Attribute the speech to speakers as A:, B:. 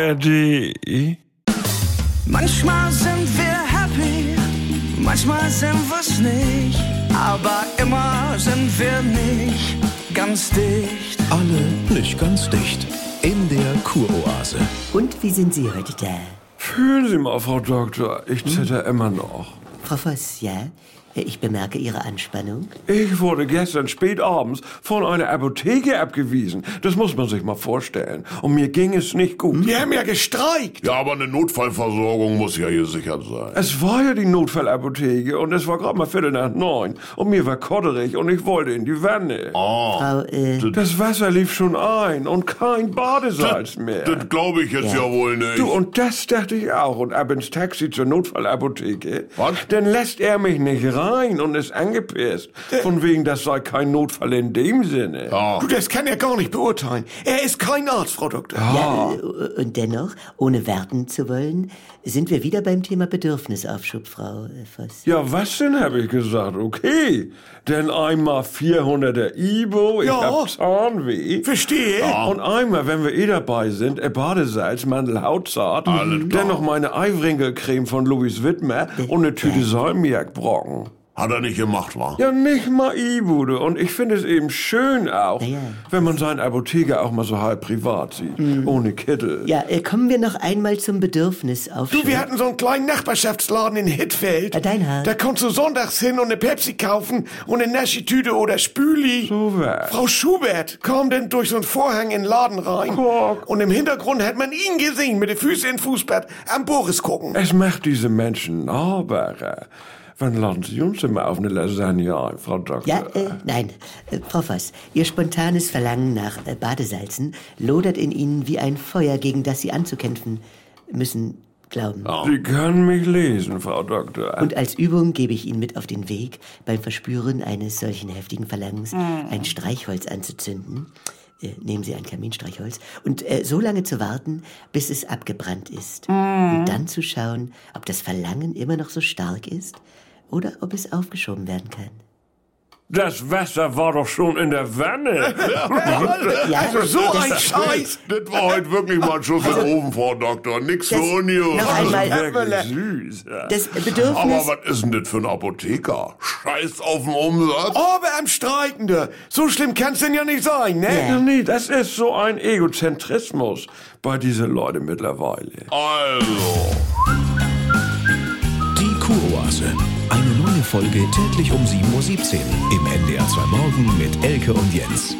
A: ARD.
B: Manchmal sind wir happy, manchmal sind wir's nicht, aber immer sind wir nicht ganz dicht.
C: Alle nicht ganz dicht. In der Kuroase.
D: Und wie sind Sie heute da?
A: Fühlen Sie mal, Frau Doktor, ich
E: Hm?
A: zitter immer noch.
D: Frau Voss, ja? Äh, Ich bemerke Ihre Anspannung.
A: Ich wurde gestern spät abends von einer Apotheke abgewiesen. Das muss man sich mal vorstellen. Und mir ging es nicht gut.
E: Wir haben ja gestreikt.
F: Ja, aber eine Notfallversorgung muss ja gesichert sein.
A: Es war ja die Notfallapotheke und es war gerade mal Viertel nach neun. Und mir war kodderig und ich wollte in die Wanne.
E: Oh. Ah.
D: Frau, äh,
A: Das Wasser lief schon ein und kein Badesalz mehr.
F: Das glaube ich jetzt ja. wohl nicht.
A: Du, und das dachte ich auch. Und ab ins Taxi zur Notfallapotheke.
F: Was?
A: Dann lässt er mich nicht rein und ist angepisst. Von wegen, das sei kein Notfall in dem Sinne.
E: Du, das kann er gar nicht beurteilen. Er ist kein Arzt, Frau Doktor.
D: ja, äh, und dennoch, ohne werten zu wollen, sind wir wieder beim Thema Bedürfnisaufschub, Frau äh, Voss.
A: Ja, was denn, habe ich gesagt. Okay, denn einmal 400er Ibo, ich
E: Ja.
A: hab Zahnweh.
E: Verstehe.
A: Und einmal, wenn wir eh dabei sind, äh, Badesalz, Mandel, Hautsaat, dann noch meine Eiwrinkelcreme von Louis Wittmer und eine Tüte Salmiakbrocken.
F: Hat er nicht gemacht, war?
A: Ja, nicht mal Ibu, du. Und ich finde es eben schön auch,
D: ja.
A: wenn man seinen Apotheker auch mal so halb privat sieht, ohne Kittel.
D: Ja, äh, kommen wir noch einmal zum Bedürfnisaufschub.
E: Du, wir hatten so einen kleinen Nachbarschaftsladen in Hittfeld.
D: Herr Deinhardt.
E: Da konntest du sonntags hin und eine Pepsi kaufen und eine Naschi-Tüte oder Spüli.
A: So was.
E: Frau Schubert kam denn durch so einen Vorhang in den Laden rein.
A: Guck.
E: Und im Hintergrund hat man ihn gesehen mit den Füßen in Fußbett am Boris gucken.
A: Es macht diese Menschen nahbarer. Wann laden Sie uns denn mal auf eine Lasagne ein, Frau Doktor?
D: Ja, äh, nein. Äh, Frau Voss, Ihr spontanes Verlangen nach äh, Badesalzen lodert in Ihnen wie ein Feuer, gegen das Sie anzukämpfen müssen, glauben.
A: Sie können mich lesen, Frau Doktor.
D: Und als Übung gebe ich Ihnen mit auf den Weg, beim Verspüren eines solchen heftigen Verlangens ein Streichholz anzuzünden. Äh, Nehmen Sie ein Kaminstreichholz und äh, so lange zu warten, bis es abgebrannt ist. Und dann zu schauen, ob das Verlangen immer noch so stark ist oder ob es aufgeschoben werden kann.
A: das Wasser war doch schon in der Wanne.
D: Ja,
E: also so
D: das-
E: ein Scheiß.
F: Das war heute wirklich mal ein Schuss in den Ofen, Frau Doktor. Nix für
D: das-
F: Union.
D: noch einmal-
A: Wirklich süß.
D: Das
F: Aber
D: Bedürfnis.
F: was ist denn das für ein Apotheker? Scheiß auf den Umsatz.
A: Oh,
E: Aber am Streikende. So schlimm kann's denn ja nicht sein, ne?
A: Ja, nee, das ist so ein Egozentrismus bei diesen Leuten mittlerweile.
F: Also.
C: Die Kuroase. Eine neue Folge täglich um 7.17 Uhr. Im NDR 2 Morgen mit Elke und Jens.